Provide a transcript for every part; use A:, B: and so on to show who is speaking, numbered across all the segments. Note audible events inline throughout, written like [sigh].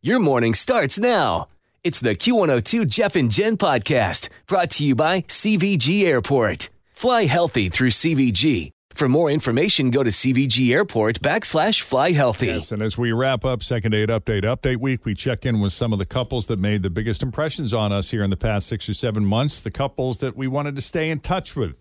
A: Your morning starts now. It's the Q102 Jeff and Jen podcast brought to you by CVG Airport. Fly healthy through CVG. For more information, go to CVG Airport backslash fly healthy.
B: Yes, and as we wrap up second date update update week, we check in with some of the couples that made the biggest impressions on us here in the past six or seven months, the couples that we wanted to stay in touch with,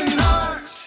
C: an art.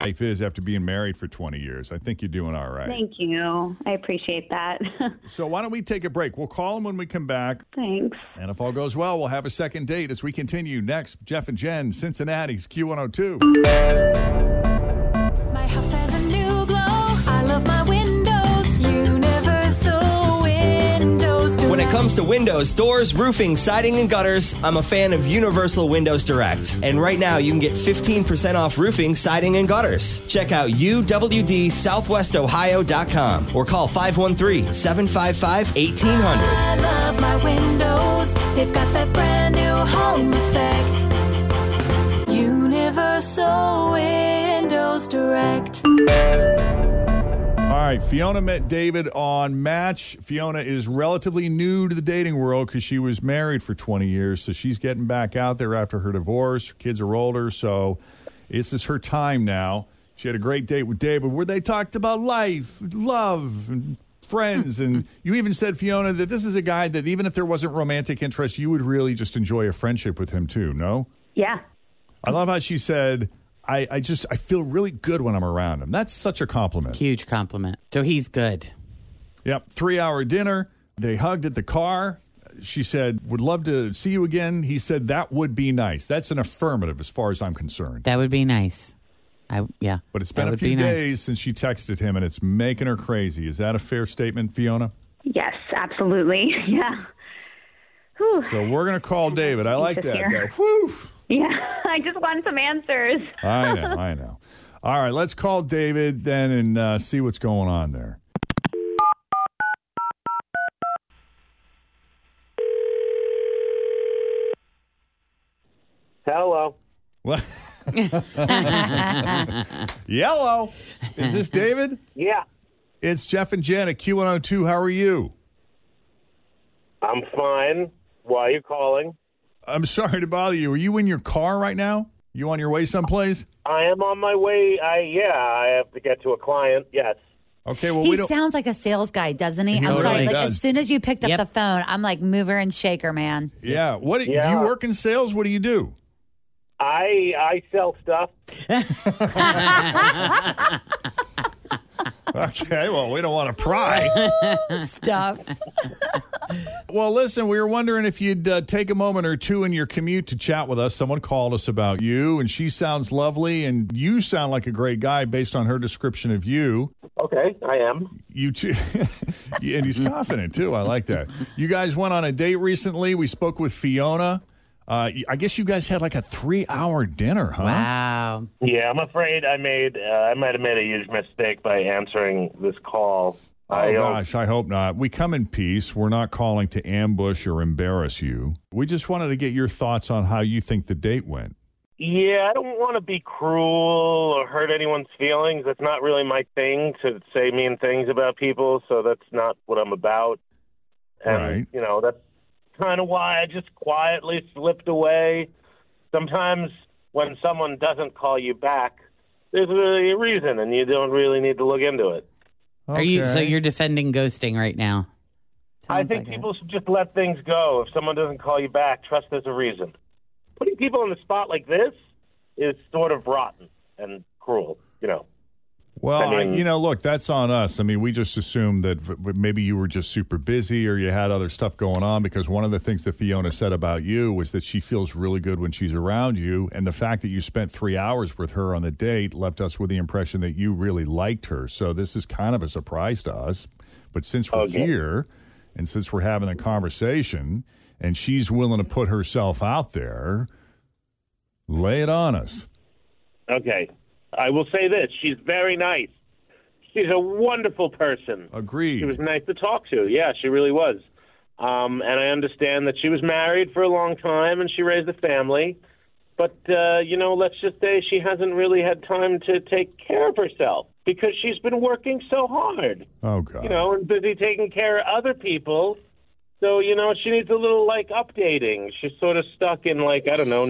B: Life is after being married for 20 years. I think you're doing all right.
D: Thank you. I appreciate that. [laughs]
B: So, why don't we take a break? We'll call him when we come back.
D: Thanks.
B: And if all goes well, we'll have a second date as we continue next. Jeff and Jen, Cincinnati's Q102.
E: My house has a new glow. I love my windows. Universal Windows.
C: When it comes to windows, doors, roofing, siding, and gutters, I'm a fan of Universal Windows Direct. And right now, you can get 15% off roofing, siding, and gutters. Check out uwdsouthwestohio.com or call 513 755 1800.
E: I love my windows. They've got that brand new home effect. Universal Windows Direct.
B: All right, Fiona met David on Match. Fiona is relatively new to the dating world because she was married for 20 years. So, she's getting back out there after her divorce. Her kids are older. So, this is her time now. She had a great date with David where they talked about life, love, and friends. and you even said, Fiona, that this is a guy that even if there wasn't romantic interest, you would really just enjoy a friendship with him too, no?
D: Yeah.
B: I love how she said, I, I just I feel really good when I'm around him. That's such a compliment.
F: Huge compliment. So he's good.
B: Yep. Three hour dinner. They hugged at the car. She said, Would love to see you again. He said, That would be nice. That's an affirmative as far as I'm concerned.
F: That would be nice. I yeah.
B: But it's
F: That
B: been a
F: would
B: few
F: be nice.
B: days since she texted him and it's making her crazy. Is that a fair statement, Fiona?
D: Yes, absolutely. [laughs] Yeah. Whew.
B: So we're gonna call David. I like that.
D: here.
B: though. Whew.
D: Yeah, [laughs] I just want some answers.
B: I know, I know. All right, let's call David then and uh, see what's going on there.
G: Hello.
B: What? [laughs] Yellow. Is this David?
G: Yeah,
B: It's Jeff and Jen at Q102. How are you?
G: I'm fine. Why are you calling?
B: I'm sorry to bother you. Are you in your car right now? You on your way someplace?
G: I am on my way. I yeah, I have to get to a client. Yes.
B: Okay, well,
H: He
B: we don't.
H: sounds like a sales guy, doesn't he?
B: He
H: I'm
B: totally
H: sorry. Like
B: does.
H: as soon as you picked up
F: Yep.
H: the phone, I'm like mover and shaker, man.
B: yeah. What do
G: Yeah.
B: you work in sales? What do you do?
G: I I sell stuff.
B: [laughs] Okay, well, we don't want to pry.
H: Stuff.
B: [laughs] well, listen, we were wondering if you'd uh, take a moment or two in your commute to chat with us. Someone called us about you, and she sounds lovely, and you sound like a great guy based on her description of you.
G: Okay, I am.
B: You [laughs] two, and he's confident too. I like that. You guys went on a date recently. We spoke with Fiona. Uh, I guess you guys had like a three-hour dinner, huh?
F: Wow.
G: Yeah, I'm afraid I made uh, I might have made a huge mistake by answering this call.
B: Oh
G: I don't-
B: gosh, I hope not. We come in peace. We're not calling to ambush or embarrass you. We just wanted to get your thoughts on how you think the date went.
G: Yeah, I don't want to be cruel or hurt anyone's feelings. That's not really my thing to say mean things about people, so that's not what I'm about. And,
B: Right.
G: you know, that's kind of why I just quietly slipped away. Sometimes when someone doesn't call you back, there's really a reason, and you don't really need to look into it.
F: Are you so
G: Okay.
F: you're defending ghosting right now?
G: I think people should just let things go. If someone doesn't call you back, trust there's a reason. Putting people in the spot like this is sort of rotten and cruel, you know.
B: Well,
G: I
B: I
G: mean-
B: you know, look, that's on us. I mean, we just assumed that v- v- maybe you were just super busy or you had other stuff going on because one of the things that Fiona said about you was that she feels really good when she's around you. And the fact that you spent three hours with her on the date left us with the impression that you really liked her. So this is kind of a surprise to us. But since we're
G: Okay.
B: here and since we're having a conversation and she's willing to put herself out there, lay it on us.
G: Okay. I will say this. She's very nice. She's a wonderful person.
B: Agreed.
G: She was nice to talk to. Yeah, she really was. Um, and I understand that she was married for a long time and she raised a family. But, uh, you know, let's just say she hasn't really had time to take care of herself because she's been working so hard,
B: Oh, God.
G: you know, and busy taking care of other people. So, you know, she needs a little, like, updating. She's sort of stuck in, like, I don't know,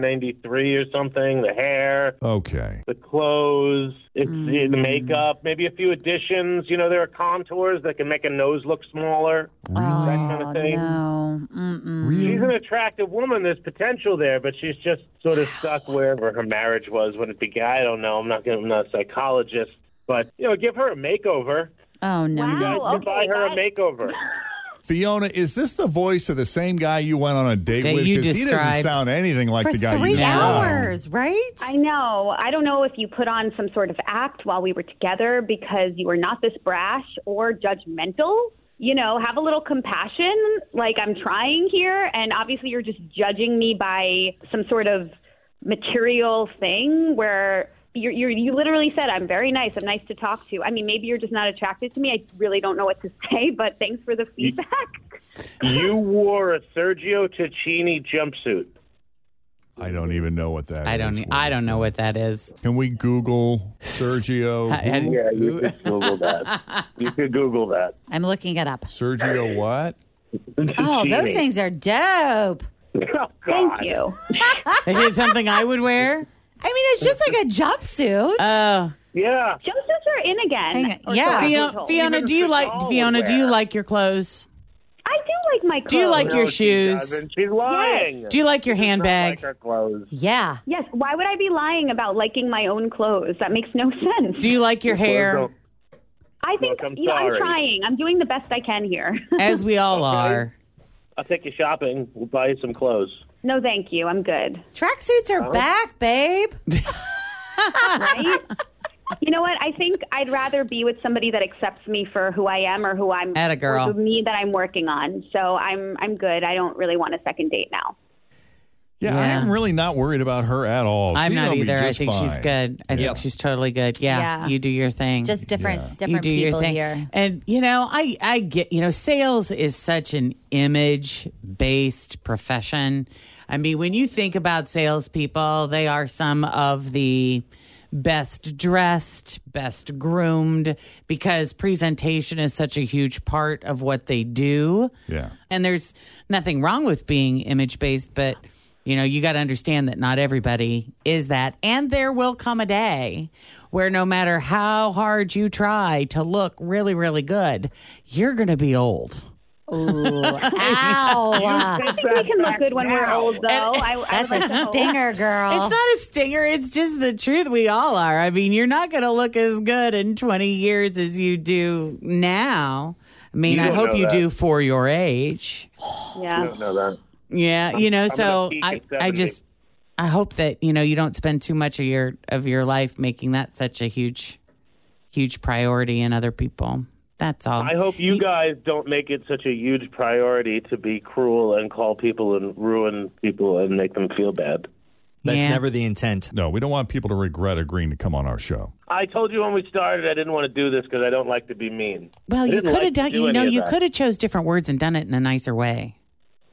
G: 1993 or something, the hair
B: Okay.
G: the clothes, it's the
H: Mm.
G: makeup, maybe a few additions. You know, there are contours that can make a nose look smaller. That kind of thing.
H: Oh, No. Mm-mm.
G: She's an attractive woman. There's potential there, but she's just sort of stuck wherever her marriage was when it began. I don't know. I'm not. gonna- I'm not a psychologist, but you know, give her a makeover.
H: Oh no.
G: You guys can buy her a makeover.
H: [laughs]
B: Fiona, is this the voice of the same guy you went on a date
F: That
B: with?
F: you
B: he doesn't
F: described.
B: sound anything like
H: For
B: the guy you
H: three
B: described.
H: hours, right?
D: I know. I don't know if you put on some sort of act while we were together because you were not this brash or judgmental. You know, have a little compassion. Like, I'm trying here, and obviously, you're just judging me by some sort of material thing where. You're, you're, you literally said, I'm very nice. I'm nice to talk to. I mean, maybe you're just not attracted to me. I really don't know what to [laughs] say, but thanks for the feedback.
G: you wore a Sergio Ticini jumpsuit.
B: I don't even know what that
F: I don't. e-
B: is.
F: I don't know what that is.
B: Can we Google Sergio?
F: [laughs] I- I-
B: who?
G: Yeah,
H: [laughs]
G: you could Google that. You could Google that.
H: I'm looking it up.
B: Sergio what?
H: Oh, those
G: Ticini.
H: things are dope.
G: [laughs] Oh, God.
D: Thank you.
F: Is it something I would
G: [laughs]
F: wear?
H: I mean, it's just like a jumpsuit.
F: Oh,
G: Yeah.
D: Jumpsuits are in again.
H: Hang on.
D: Or
H: Yeah.
D: so I was
F: Fiona,
D: told.
F: Fiona,
G: Even
F: do you like
G: Chris Hall would
F: Fiona? Do you
G: wear.
F: like your clothes?
D: I do like my clothes.
F: Do you like
G: No,
F: your
G: she
F: shoes?
G: doesn't. She's lying.
F: Do you like your
G: She doesn't
F: handbag?
G: Like her clothes.
H: yeah.
D: Yes. Why would I be lying about liking my own clothes? That makes no [laughs] sense.
F: Do you like your hair?
G: Don't-
D: I think
G: Look, I'm
D: you know, I'm
G: sorry.
D: trying. I'm doing the best I can here. [laughs]
F: As we
G: [laughs]
F: all are.
G: I'll take you shopping. We'll buy you some clothes.
D: no, thank you. I'm good.
H: Tracksuits are back, babe. [laughs]
D: Right? you know what? I think I'd rather be with somebody that accepts me for who I am or who I'm
F: Atta girl.
D: or the me that I'm working on. So I'm I'm good. I don't really want a second date now.
B: Yeah, I am really not worried about her at all.
F: I'm
B: She's
F: not
B: gonna be
F: either. I
B: just
F: think she's
B: fine.
F: good. I
C: Yep.
F: think she's totally good. Yeah,
H: Yeah.
F: you do your thing.
H: Just different
F: you
H: different
F: do your
H: people
F: thing.
H: here.
F: And you know, I I get you know, sales is such an image based profession. I mean, when you think about salespeople, they are some of the best dressed, best groomed, because presentation is such a huge part of what they do.
B: Yeah.
F: And there's nothing wrong with being image based, but you know, you got to understand that not everybody is that. And there will come a day where no matter how hard you try to look really, really good, you're going to be old.
H: Ooh, ow.
D: I think we can look good when we're old, though. I, I
H: Uh, That's
D: would
H: a
D: like to hope.
H: stinger, girl.
F: It's not a stinger. It's just the truth. We all are. I mean, you're not going to look as good in 20 years as you do now. I mean,
G: You
F: I
G: don't
F: hope
G: know
F: you
G: that.
F: do for your age.
D: Yeah.
G: I know that.
F: Yeah, you know,
G: I'm gonna
F: so
G: peak
F: I,
G: at
F: I
G: 70.
F: just I hope that you know you don't spend too much of your of your life making that such a huge huge priority in other people. That's all.
G: I hope you
F: Ye-
G: guys don't make it such a huge priority to be cruel and call people and ruin people and make them feel bad.
C: That's
F: Yeah.
C: never the intent.
B: No, we don't want people to regret agreeing to come on our show.
G: I told you when we started I didn't want to do this because I don't like to be mean.
F: Well,
G: I
F: you
G: didn't
F: could have
G: like to
F: done
G: do
F: you
G: any
F: know
G: of
F: you
G: that.
F: could have chose different words and done it in a nicer way.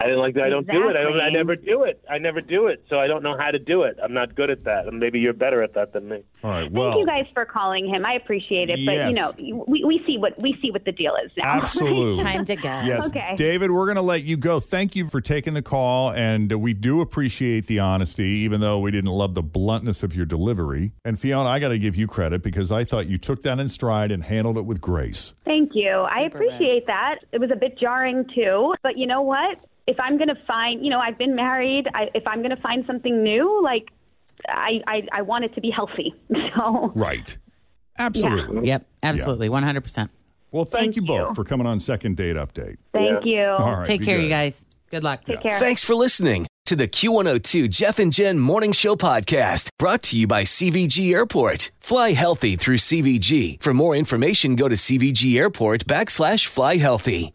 G: I didn't like that. I don't do it. I, don't, I
I: Exactly.
G: never do it. I never do it. So I don't know how to do it. I'm not good at that. And maybe you're better at that than me.
B: All right.
D: Thank you guys for calling him. I appreciate it,
B: Yes.
D: but you know, we, we see what we see what the deal is now.
B: Absolutely. Time
H: to go.
B: Yes.
D: Okay.
B: David, we're going to let you go. Thank you for taking the call. And we do appreciate the honesty, even though we didn't love the bluntness of your delivery. And Fiona, I got to give you credit because I thought you took that in stride and handled it with grace.
D: Thank you. I appreciate that. It was a bit jarring too, but you know what? If I'm going to find, you know, I've been married. I, if I'm going to find something new, like I, I, I want it to be healthy. [laughs] So
B: Right. Absolutely.
F: Yep. Absolutely. 100%.
B: Well, thank, you both for coming on Second Date Update.
D: Thank you.
B: All right,
F: Take
B: be
F: care,
B: good.
F: you guys. Good luck.
A: Thanks for listening to the Q102 Jeff and Jen Morning Show podcast brought to you by CVG Airport. Fly healthy through CVG. For more information, go to CVG Airport backslash fly healthy.